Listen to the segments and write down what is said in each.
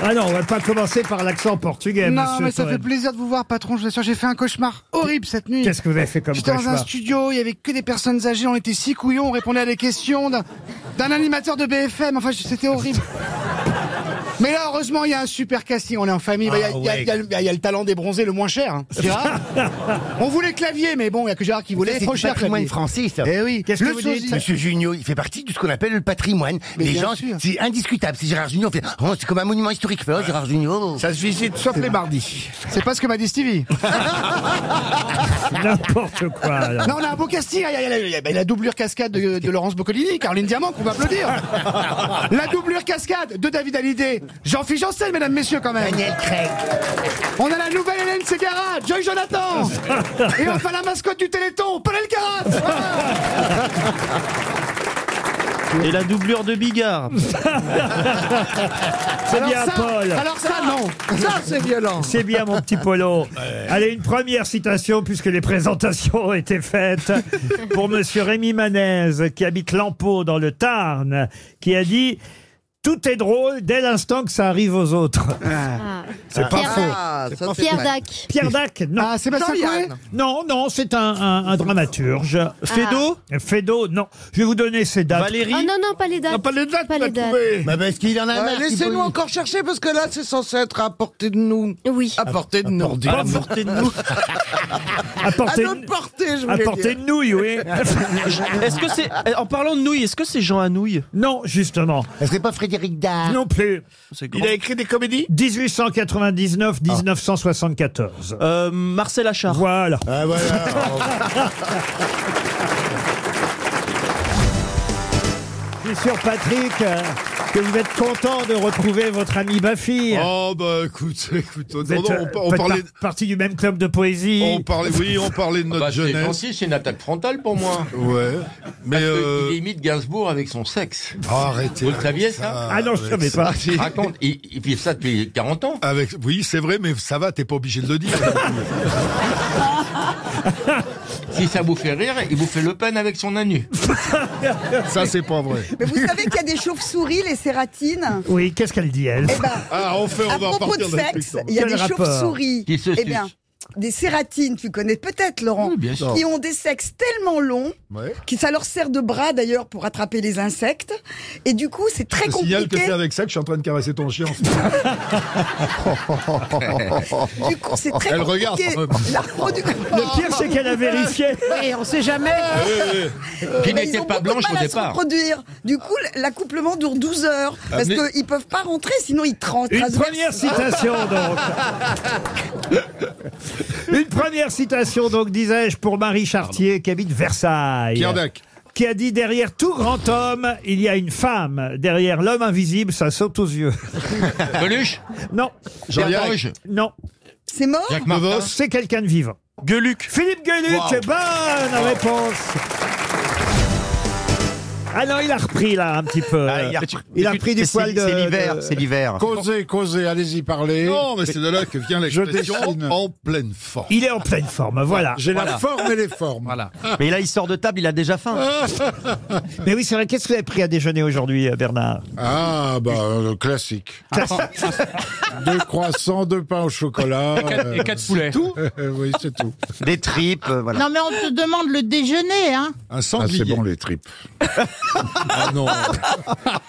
Ah non, on va pas commencer par l'accent portugais, Non, Eh, monsieur mais ça Toen. fait plaisir de vous voir, patron. Je vous assure, j'ai fait un cauchemar horrible cette nuit. Qu'est-ce que vous avez fait comme J'étais dans un cauchemar studio, il y avait que des personnes âgées, on était si couillons, on répondait à des questions d'un d'un animateur de BFM. Enfin, je- c'était horrible. Mais là, heureusement, il y a un super casting. On est en famille. Bah, Il y a- Ah il y, a- il y a le- il y a le talent des bronzés, le moins cher. hein. Gérard. on voulait Clavier, mais bon, il y a que Gérard qui voulait. C'est trop du cher. patrimoine Clavier. français, ça. Eh oui. Qu'est-ce que Le vous dites sosie. Monsieur Junio, il fait partie de ce qu'on appelle le patrimoine. Mais les bien gens, sûr. c'est indiscutable. C'est Gérard Junio, on fait, oh, c'est comme un monument historique. Fait, oh, Gérard Junio. Ça se visite sauf les mardis. C'est pas ce que m'a dit Stevie. N'importe quoi. alors. Non, on a un beau casting. Il y a- il y a la- il y a la doublure cascade de, de Laurence Boccolini, Caroline Diamant, qu'on va applaudir. La doublure cascade de David Hallyday, Jean-Philippe Janssen, mesdames, messieurs, quand même. Daniel Craig. On a la nouvelle Hélène Ségara, Joy Jonathan. Et enfin la mascotte du Téléthon, Paul Elkarat. Et la doublure de Bigard. C'est bien, ça, Paul. alors ça, non. Ça, c'est violent. C'est bien, mon petit Polo. Allez, une première citation, puisque les présentations ont été faites, pour monsieur Rémi Manez, qui habite Lampeau, dans le Tarn, qui a dit « Tout est drôle dès l'instant que ça arrive aux autres Ah. C'est pas Pierre- faux. Pierre Dac. Pierre Dac, non. Ah, Sébastien Coué Non, non, c'est un, un- un dramaturge. Ah. Fédo Fédo, non. Je vais vous donner ces dates. Valérie Oh non, non, pas les dates. Ah, pas les dates, Pas t'as les dates. trouvé. Bah, parce qu'il en a marre. Laissez-nous encore chercher parce que là c'est censé être à portée de nous. Oui. À portée de nous. à la portée de nous. À Apportez notre portée, je voulais apportez dire. une nouille, oui. Est-ce que c'est Eh, en parlant de nouilles, est-ce que c'est Jean Anouille non, justement. C'est pas Frédéric Dard. Non plus. C'est comment Il a écrit des comédies 1899-1974. Ah. Euh, Marcel Achard. Voilà. Ah, voilà. Je suis sûr, Patrick, euh, que vous êtes content de retrouver votre ami Baffy. Oh bah écoute, écoute, Vous non, êtes non, euh, on, on faites parlait, par- partie du même club de poésie. on parlait, oui, on parlait de notre Bah, c'est jeunesse. gentil, c'est une attaque frontale pour moi. Ouais, mais Parce que euh, Il imite Gainsbourg avec son sexe. oh, arrêtez. Vous le saviez, avec ça Ah non, je ne savais avec ça. pas. Raconte, il, il fait ça depuis 40 ans. Avec, oui, c'est vrai, mais ça va, t'es pas obligé de le dire. Si ça vous fait rire, il vous fait Le Pen avec son anu. ça, c'est pas vrai. Mais vous savez qu'il y a des chauves-souris, les sératines Oui, qu'est-ce qu'elle dit, elle Eh ben, Ah, on fait, on à va propos de repartir là-dessus, sexe, ça. il y a Quel des rapport chauves-souris. Qui se Eh bien, sucent. des sératines, tu connais peut-être, Laurent, Oui, bien sûr. qui ont des sexes tellement longs Ouais. que ça leur sert de bras d'ailleurs pour attraper les insectes. Et du coup, c'est très Je signale que compliqué. c'est avec ça que je suis en train de caresser ton chien. en ce moment. Du coup, c'est très Elle compliqué. regarde, quand même. La reproduction. Le pire, c'est qu'elle a vérifié. Euh, Qui Mais ils n'était ont pas beaucoup de blanche mal au à se départ. reproduire. Du coup, l'accouplement dure 12 heures parce Ah, mais- qu'ils peuvent pas rentrer, sinon ils trans- Une transversent. première citation, donc. Une première citation, donc, disais-je, pour Marie Chartier, qui habite Versailles. Pierre Dac. Qui a dit derrière tout grand homme, il y a une femme. Derrière l'homme invisible, ça saute aux yeux. Coluche Non, Jean-Yann. Pierre Doge non, C'est mort Jacques Martin c'est quelqu'un de vivant. Gueuluc. Philippe Gueluc, bonne réponse. Ah non, il a repris là un petit peu. Ah, il a- Il a repris du poil de. de- l'hiver. Causez, causez, allez-y parler. Non, mais c'est de là que vient l'expression dessine. en pleine forme. Il est en pleine forme, voilà. J'ai Voilà. la forme et les formes. Voilà. Mais là, il sort de table, il a déjà faim. Mais oui, c'est vrai. Qu'est-ce que vous avez pris à déjeuner aujourd'hui, euh, Bernard Ah, bah, euh, classique. deux croissants, deux pains au chocolat. euh, poulets. Tout Euh, Oui, c'est tout. Des tripes, euh, voilà. Non mais on te demande le déjeuner, hein Un Ah, sanglier. c'est bon, les tripes. ah non.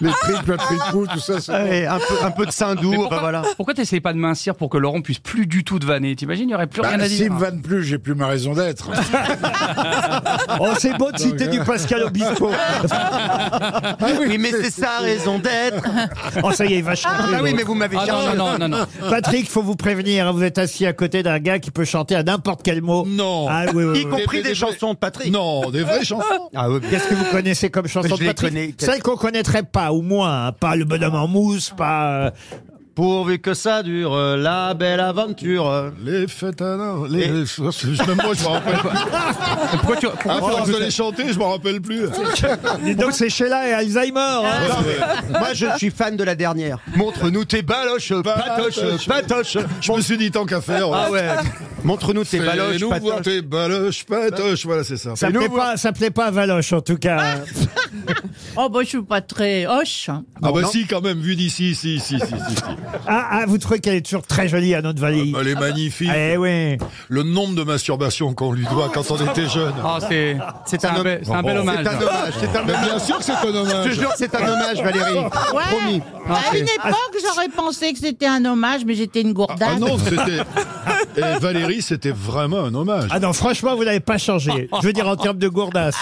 Les tripes, la tripou, tout ça, Ah, c'est bon. Ouais, un, peu, un peu de Saint-Dour, bah, voilà. Pourquoi t'essayes pas de mincir pour que Laurent puisse plus du tout te vanner T'imagines, il y aurait plus Bah, S'ils me vannent plus, j'ai plus ma raison d'être. Ah, Oh, c'est beau de citer du Pascal Obispo. euh. Ah Oui, mais c'est sa raison d'être. Oh, ça y est, il va chanter. Ah oui, l'autre. mais vous m'avez chargé. non, non, non. Patrick, faut vous prévenir. hein, Vous êtes assis à côté d'un gars qui peut chanter à n'importe quel mot. Non. Ah oui, oui, Y oui. compris des chansons de Patrick. Non, des vraies chansons. Ah oui. Qu'est-ce que vous connaissez comme chanson Je de les Patrick connais. Celle qu'on connaîtrait pas, ou moins. hein, Pas le bonhomme en mousse, pas. euh, Pourvu que ça dure, euh, la belle aventure. euh. Les fêtes à l'heure, les... les- Même moi, je m'en rappelle plus. Pourquoi tu... À force de les chanter, je m'en rappelle plus. Dis euh, donc, c'est Sheila et Alzheimer. hein. Ah. Moi, je suis fan de la dernière. Montre-nous tes baloches, patoches, patoches. Je me suis dit tant qu'à faire. euh, Ah ouais. Montre-nous tes baloches, Fais-nous voir patoches. tes baloches, patoches. Voilà, c'est ça. Ah Ça Fais-nous plaît voir- pas, ça plaît pas à Valoche en tout cas. Ah. Oh, bah, je suis pas très hoche. Ah bah si, quand même, vu d'ici, si, si, si, si. si. ah, ah, vous trouvez qu'elle est toujours très jolie à notre valise. Ah, Elle est magnifique. bah, Eh oui. Le nombre de masturbations qu'on lui doit quand on était jeune. Oh, Oh, c'est c'est un, be- c'est un bel hommage. C'est un hommage, c'est un Mais hommage. bien sûr que c'est un Je hommage. te jure, c'est un hommage, Valérie. Ouais. Promis. à une époque, j'aurais pensé que c'était un hommage, mais j'étais Bah une gourdade. Ah non, c'était. Et Valérie, c'était vraiment un hommage. Ah non, franchement, vous n'avez pas changé. Je veux dire en termes de gourdasse.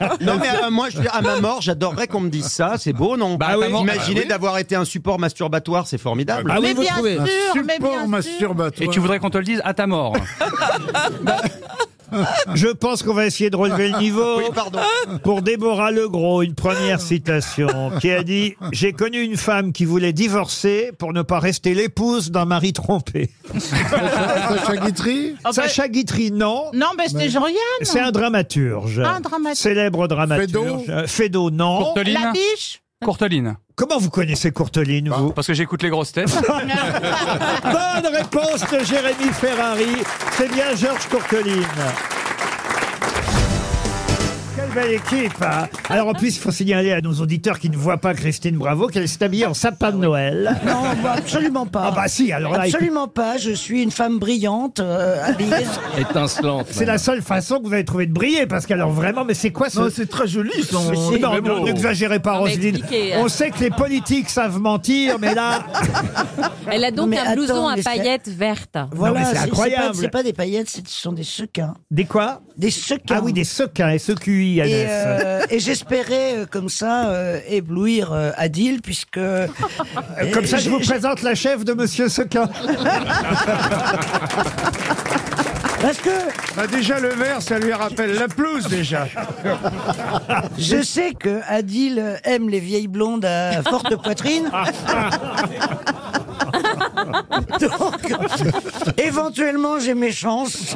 Ah, Non mais euh, moi, je, à ma mort, j'adorerais qu'on me dise ça. C'est beau, non Bah, Ah oui. Imaginez d'avoir été un support masturbatoire, c'est formidable. Ah oui, mais vous bien trouvez sûr, mais Support bien sûr. masturbatoire. Et tu voudrais qu'on te le dise à ta mort. Je pense qu'on va essayer de relever le niveau. Oui, pardon. Pour Déborah Legros, une première citation qui a dit « J'ai connu une femme qui voulait divorcer pour ne pas rester l'épouse d'un mari trompé. Sacha Guitry Ah, » bah, Sacha Guitry, non. Non, mais c'était Jean-Yann. C'est un dramaturge. Un dramaturge. Célèbre dramaturge. Feydeau Euh, Feydeau, non. La Courteline biche Courteline. Comment vous connaissez Courteline, vous Parce que j'écoute les grosses têtes. Bonne réponse de Jérémy Ferrari. C'est bien Georges Courteline. Quelle belle équipe hein. Alors en plus, il faut signaler à nos auditeurs qui ne voient pas Christine Bravo qu'elle s'est habillée en sapin de Noël. Non, bah, absolument pas. Ah bah si, alors là, écoute, absolument pas. Je suis une femme brillante, euh, habillée. Étincelante. c'est la seule façon que vous avez trouvé de briller, parce qu'alors vraiment, mais c'est quoi ce... c'est très joli, Non, non, n'exagérez pas, Non, mais Roselyne. expliquez, euh. On sait que les politiques savent mentir, mais là, Elle a donc Mais un blouson attends, à mais c'est- paillettes vertes. Voilà, mais c'est c'est- c'est incroyable. pas- C'est pas, des paillettes, c'est- ce sont des sequins. des quoi Des sequins. Ah oui, des sequins, SEQI, Et, Annès. euh, et j'espérais euh, comme ça euh, éblouir euh, Adil puisque Euh, Comme ça, je vous présente la chef de Monsieur Sequin. parce que Bah, Déjà, le verre, ça lui rappelle la pelouse, déjà. je sais que Adil euh, aime les vieilles blondes à forte poitrine. Donc éventuellement j'ai mes chances.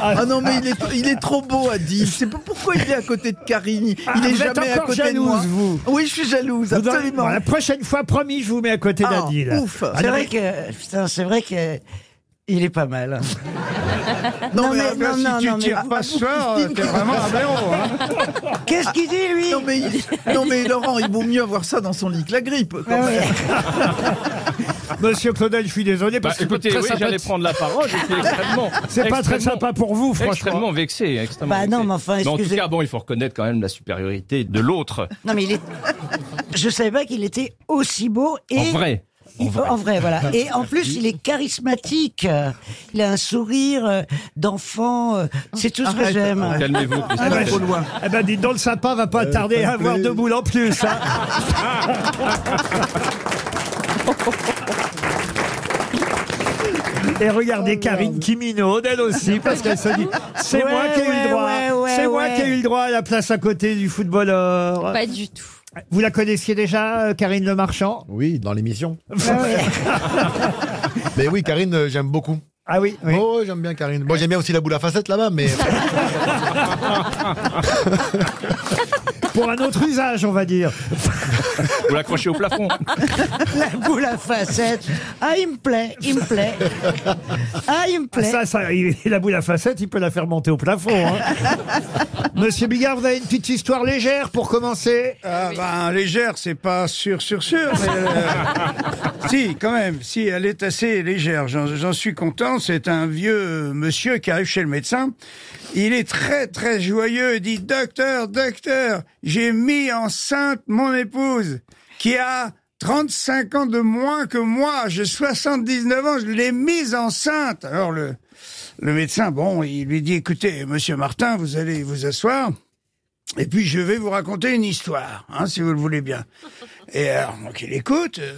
Ah non, mais il est, il est trop beau, Adil. Je sais pas pourquoi il est à côté de Karine. Il Ah, est vous êtes jamais à encore côté de jalouse, moi. vous. Oui, je suis jalouse, Vous aurez- absolument. Bon, la prochaine fois, promis, je vous mets à côté Ah, d'Adil. ouf. Ah, C'est non, vrai mais- que putain, c'est vrai que il est pas mal. hein. Non, mais, non, non, non, mais- pas ce soir, t'es vraiment ah. un ben, oh, blaireau. Hein. Qu'est-ce qu'il dit lui non, mais, il- non, mais Laurent, il vaut mieux avoir ça dans son lit que la grippe. quand même. Ah ouais. Monsieur Claudel, je suis désolé Bah, parce que écoutez, très oui, sympathique. j'allais prendre la parole. Je suis extrêmement. c'est pas très extrêmement- sympa pour vous, franchement. Extrêmement vexé. Extrêmement Bah non, vexé. mais enfin, en tout excusez- cas, bon, il faut reconnaître quand même la supériorité de l'autre. Non, mais il est. Je savais pas qu'il était aussi beau et. En vrai. Il- En vrai. voilà. Et en plus, il est charismatique. Euh, Il a un sourire euh, d'enfant. euh, C'est tout ce que j'aime. Calmez-vous. Ah, Christophe. non, trop loin. Eh ben, dites donc, le sapin va Euh, pas tarder à avoir deux boules en plus. hein. Et regardez Karine Kimino, elle aussi, parce qu'elle se dit c'est Oh, Ouais, moi qui ai eu le ouais, droit, ouais, ouais, c'est moi ouais. qui ai eu le droit à la place à côté du footballeur. Pas du tout. Vous la connaissiez déjà, euh, Karine Le Marchand Oui, dans l'émission. mais oui, Karine, euh, j'aime beaucoup. Ah oui, oui. Oh, j'aime bien Karine. Bon, j'aime bien aussi la boule à facettes là-bas, mais Oh. pour un autre usage, on va dire. Vous l'accrochez au plafond. La boule à facettes. Ah, il me plaît, il me plaît. Ah, il me plaît. Ça, ça, il, il a bout la facette, il peut la faire monter au plafond. hein. Monsieur Bigard, vous avez une petite histoire légère pour commencer Euh, Ah, ben, légère, c'est pas sûr, sûr, sûr. mais, euh, si, quand même, si, elle est assez légère. J'en j'en suis content. C'est un vieux monsieur qui arrive chez le médecin. Il est très, très joyeux. Il dit Docteur, docteur, j'ai mis enceinte mon épouse qui a 35 ans de moins que moi. J'ai 79 ans. Je l'ai mise enceinte. Alors, le, le médecin, bon, il lui dit Écoutez, monsieur Martin, vous allez vous asseoir. Et puis je vais vous raconter une histoire, hein, si vous le voulez bien. Et alors, donc il écoute. euh,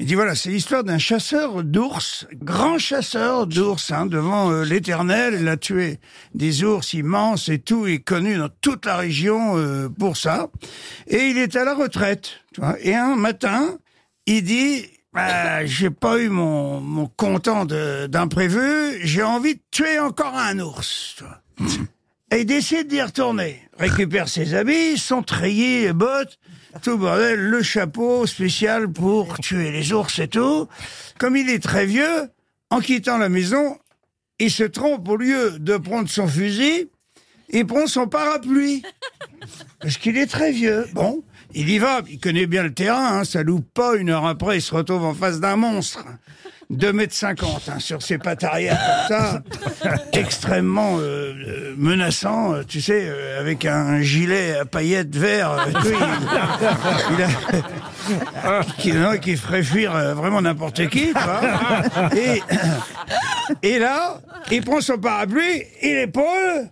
il dit voilà, c'est l'histoire d'un chasseur d'ours, grand chasseur d'ours, hein, devant euh, l'Éternel. Il a tué des ours immenses et tout. Il est connu dans toute la région euh, pour ça. Et il est à la retraite. tu vois. Et un matin, il dit Ah, j'ai pas eu mon, mon comptant de- d'imprévu. J'ai envie de tuer encore un ours. tu vois. Et il décide d'y retourner. Récupère ses habits, son treillis, les bottes, tout le bordel, le chapeau spécial pour tuer les ours et tout. Comme il est très vieux, En quittant la maison, il se trompe au lieu de prendre son fusil, il prend son parapluie. Parce qu'il est très vieux. Bon, il y va, il connaît bien le terrain, hein, ça loupe pas. Une heure après, il se retrouve en face d'un monstre. 2 mètres 50 hein, sur ses pattes arrière comme ça, extrêmement euh, euh, menaçant, euh, tu sais, euh, avec un gilet à paillettes vert, euh, tu sais, il, il a- qui, non, qui ferait fuir euh, vraiment n'importe qui, tu vois. Et, et là, il prend son parapluie, Ah, il épaule,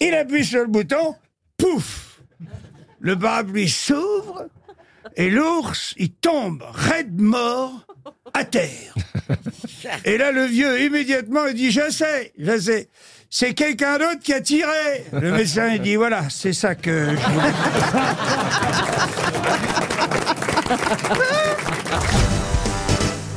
il appuie sur le bouton, pouf Le parapluie s'ouvre et l'ours, il tombe raide mort à terre. Et là, le vieux, immédiatement, il dit Je sais, je sais. C'est quelqu'un d'autre qui a tiré. Le médecin, il dit Voilà, c'est ça que je voulais.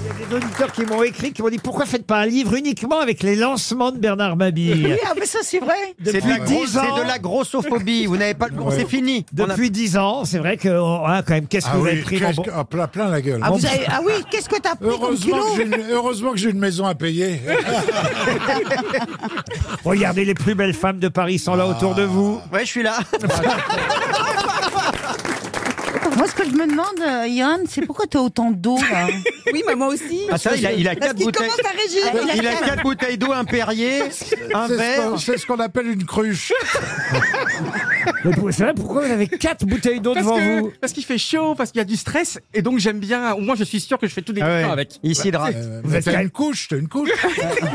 Il y a des auditeurs qui m'ont écrit, qui m'ont dit pourquoi faites pas un livre uniquement avec les lancements de Bernard Mabille Oui, ah, mais ça, c'est vrai. C'est de Depuis la gros- 10 ans. c'est de la grossophobie. Vous n'avez pas le- c'est fini. On a- Depuis 10 ans, c'est vrai que, oh, hein, quand même, qu'est-ce que Ah vous oui, avez pris qu'est-ce mon que- ah, plein, plein la gueule. Ah, Mon- vous avez- ah oui, qu'est-ce que t'as pris comme Heureusement kilo que j'ai une- heureusement que j'ai une maison à payer. Regardez les plus belles femmes de Paris sont Ah. là autour de vous. Ouais, je suis là. Moi, ce que je me demande, euh, Yann, c'est pourquoi t'as autant d'eau, là Oui, mais moi aussi. Ah, ça, il a, il a quatre bouteilles. Il a, quatre bouteilles d'eau, un Perrier, un C'est ce verre. qu'on- C'est ce qu'on appelle une cruche. Mais pour- c'est vrai, pourquoi vous avez quatre bouteilles d'eau Parce devant que- vous Parce qu'il fait chaud, parce qu'il y a du stress, et donc j'aime bien, au moins je suis sûr que je fais tous les Ah ouais. trucs avec. Il s'hydrate. Vous êtes une couche, t'as une couche.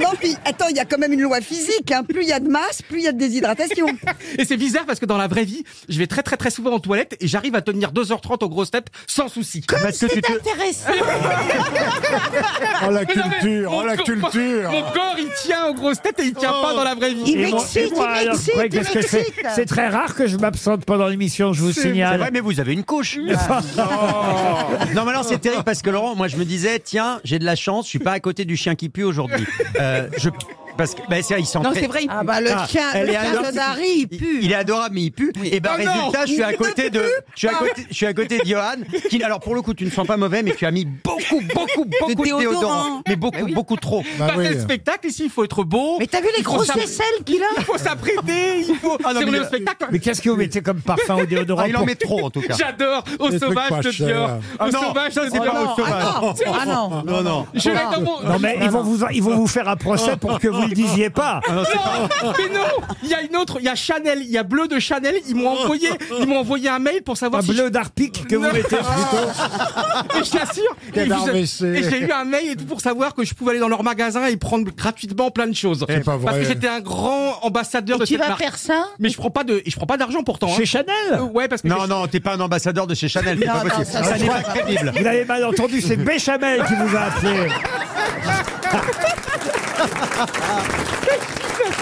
non, puis attends, il y a quand même une loi physique. hein. Plus il y a de masse, plus il y a de déshydratation. Et c'est bizarre parce que dans la vraie vie, je vais très très très souvent en toilette et j'arrive à tenir 2h30 aux grosses têtes sans souci. parce que tu te... Intéressant. Oh la Mais non, mais culture, mon oh la corps- culture. Mon corps il tient aux grosses têtes et il tient Oh. pas dans la vraie vie. Et mon- et moi, alors, ouais, qu'est-ce que c'est C'est très rare que je m'absente pendant l'émission, je vous C'est c'est signale. vrai, mais vous avez une couche. Ah. non, mais alors c'est terrible parce que Laurent, moi je me disais, tiens, j'ai de la chance, je suis pas à côté du chien qui pue aujourd'hui. Euh, je... Parce que, ben, c'est, il sent Non, très- c'est vrai, il Ah pue. bah, le chien- elle le est chien adorable. de Dari, il Il, est adorable, mais il pue. Et ben, Oh non, résultat, Ah je suis à il côté de, je suis à côté, je suis à côté de Johan, qui, alors pour le coup, tu ne sens pas mauvais, mais tu as mis beaucoup, beaucoup, beaucoup de déodorant. déodorant. Mais beaucoup, beaucoup trop. Bah Pas oui. tel spectacle ici, il faut être beau. Mais t'as vu les il faut grosses s'appr- aisselles qu'il a Il faut s'apprêter, il faut. Ah non, sur mais il le a- spectacle. Mais qu'est-ce que vous mettez comme parfum au déodorant Ah, il en pour- met trop, en tout cas. J'adore au Des trucs sauvage pas de chers. Dior. Ah Au non, sauvage ça, de c'est Dior. pas au sauvage. Ah non, C'est- ah non. Non, non. Je l'ai Ah. dans mon. Non, mais ils vont, vous, ils vont vous faire un procès pour que vous le disiez pas. Ah, Non, mais non, il y a une autre, il y a Chanel, il y a bleu de Chanel, ils m'ont envoyé, ils m'ont envoyé un mail pour savoir Un si bleu je- d'Arpic que vous Non. mettez Ah, Et je t'assure, et Cadavre vous- baissé. et j'ai eu un mail et tout pour savoir que je pouvais aller dans leur magasin et prendre gratuitement plein de choses. C'est pas Parce vrai. que j'étais un grand ambassadeur de tu cette vas marque. faire ça Mais je prends pas de, et je prends pas d'argent pourtant. Chez hein. Chanel Euh, Ouais, parce que Non, non, t'es pas un ambassadeur de chez Chanel, c'est Non, pas non, possible. ça, ça Ah, n'est c'est pas pas- crédible. Vous l'avez mal entendu, c'est Béchamel qui vous a appelé.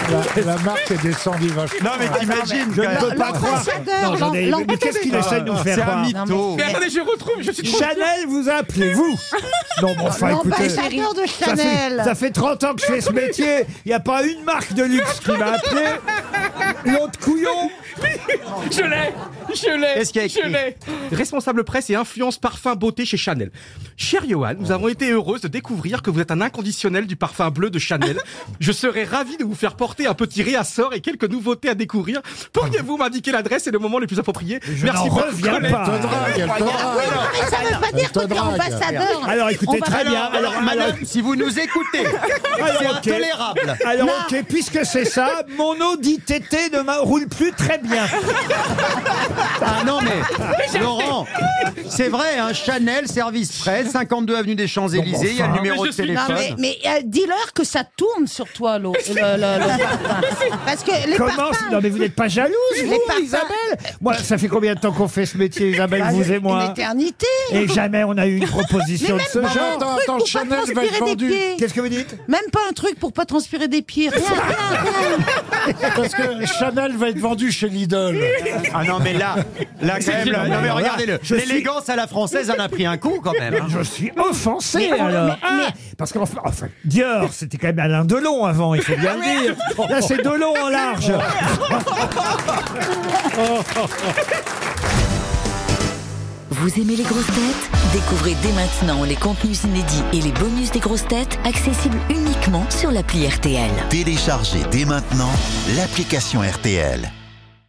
La, la marque est descendue vachement. Non, mais t'imagines. Je ne quand peux même. pas croire. L'ambassadeur, Non, j'en ai- l'am- mais qu'est-ce qu'il Ah, essaie de nous faire C'est un croire mytho. Mais attendez, je retrouve, je suis trop Chanel vous a appelé, vous Non, mais enfin, écoutez. Ça L'ambassadeur de fait, Chanel. ça fait 30 ans que je fais ce métier. Il n'y a pas une marque de luxe qui m'a appelé. L'autre couillon. Je l'ai Je l'ai Qu'est-ce qu'il y a écrit Je l'ai Responsable presse et influence parfum beauté chez Chanel. Cher Johan, nous avons été heureuses de découvrir que vous êtes un inconditionnel du parfum bleu de Chanel. Je serais ravi de vous faire porter un petit réassort et quelques nouveautés à découvrir. Pourriez-vous m'indiquer l'adresse et le moment le plus approprié Je n'en beaucoup, reviens collègue. pas. Après, ça veut pas dire que t'es ambassadeur. Alors On écoutez, va- très bien. Alors, Alors, madame, si vous nous écoutez, alors, c'est alors, ok. intolérable. Alors, Non. ok, puisque c'est ça, mon Audi TT ne m'a- roule plus très bien. Ah non, mais Laurent, c'est vrai, un Chanel, service presse, 52 avenue des Champs-Élysées, il y a le enfin. numéro Mais de je suis- Non, téléphone. mais, mais, euh, dis-leur que ça tourne sur toi, l'eau. le- le- le parfum. Parce que les Comment parfums... Non, mais vous n'êtes pas jalouse, Les vous, parfums. Isabelle Moi, ça fait combien de temps qu'on fait ce métier, Isabelle, Ah, vous et Une moi éternité. Et jamais on a eu une proposition Mais de même ce pas genre. un truc Attends, pour Chanel pas va être transpirer des vendu. pieds. Qu'est-ce que vous dites Même pas un truc pour pas transpirer des pieds. Rien, rien, rien. Parce que Chanel va être vendu chez Lidl. Ah non, mais là, là quand même, là, non mais regardez-le, Je suis- l'élégance à la française en a pris un coup quand même. hein. Je suis offensé Mais on- alors. mais- Ah, parce qu'enfin, enfin, Dior, c'était quand même Alain Delon avant, il faut Ah, bien le dire. Là, c'est Delon en large. Oh. Vous aimez les grosses têtes Découvrez dès maintenant les contenus inédits et les bonus des grosses têtes accessibles uniquement sur l'appli RTL. Téléchargez dès maintenant l'application RTL.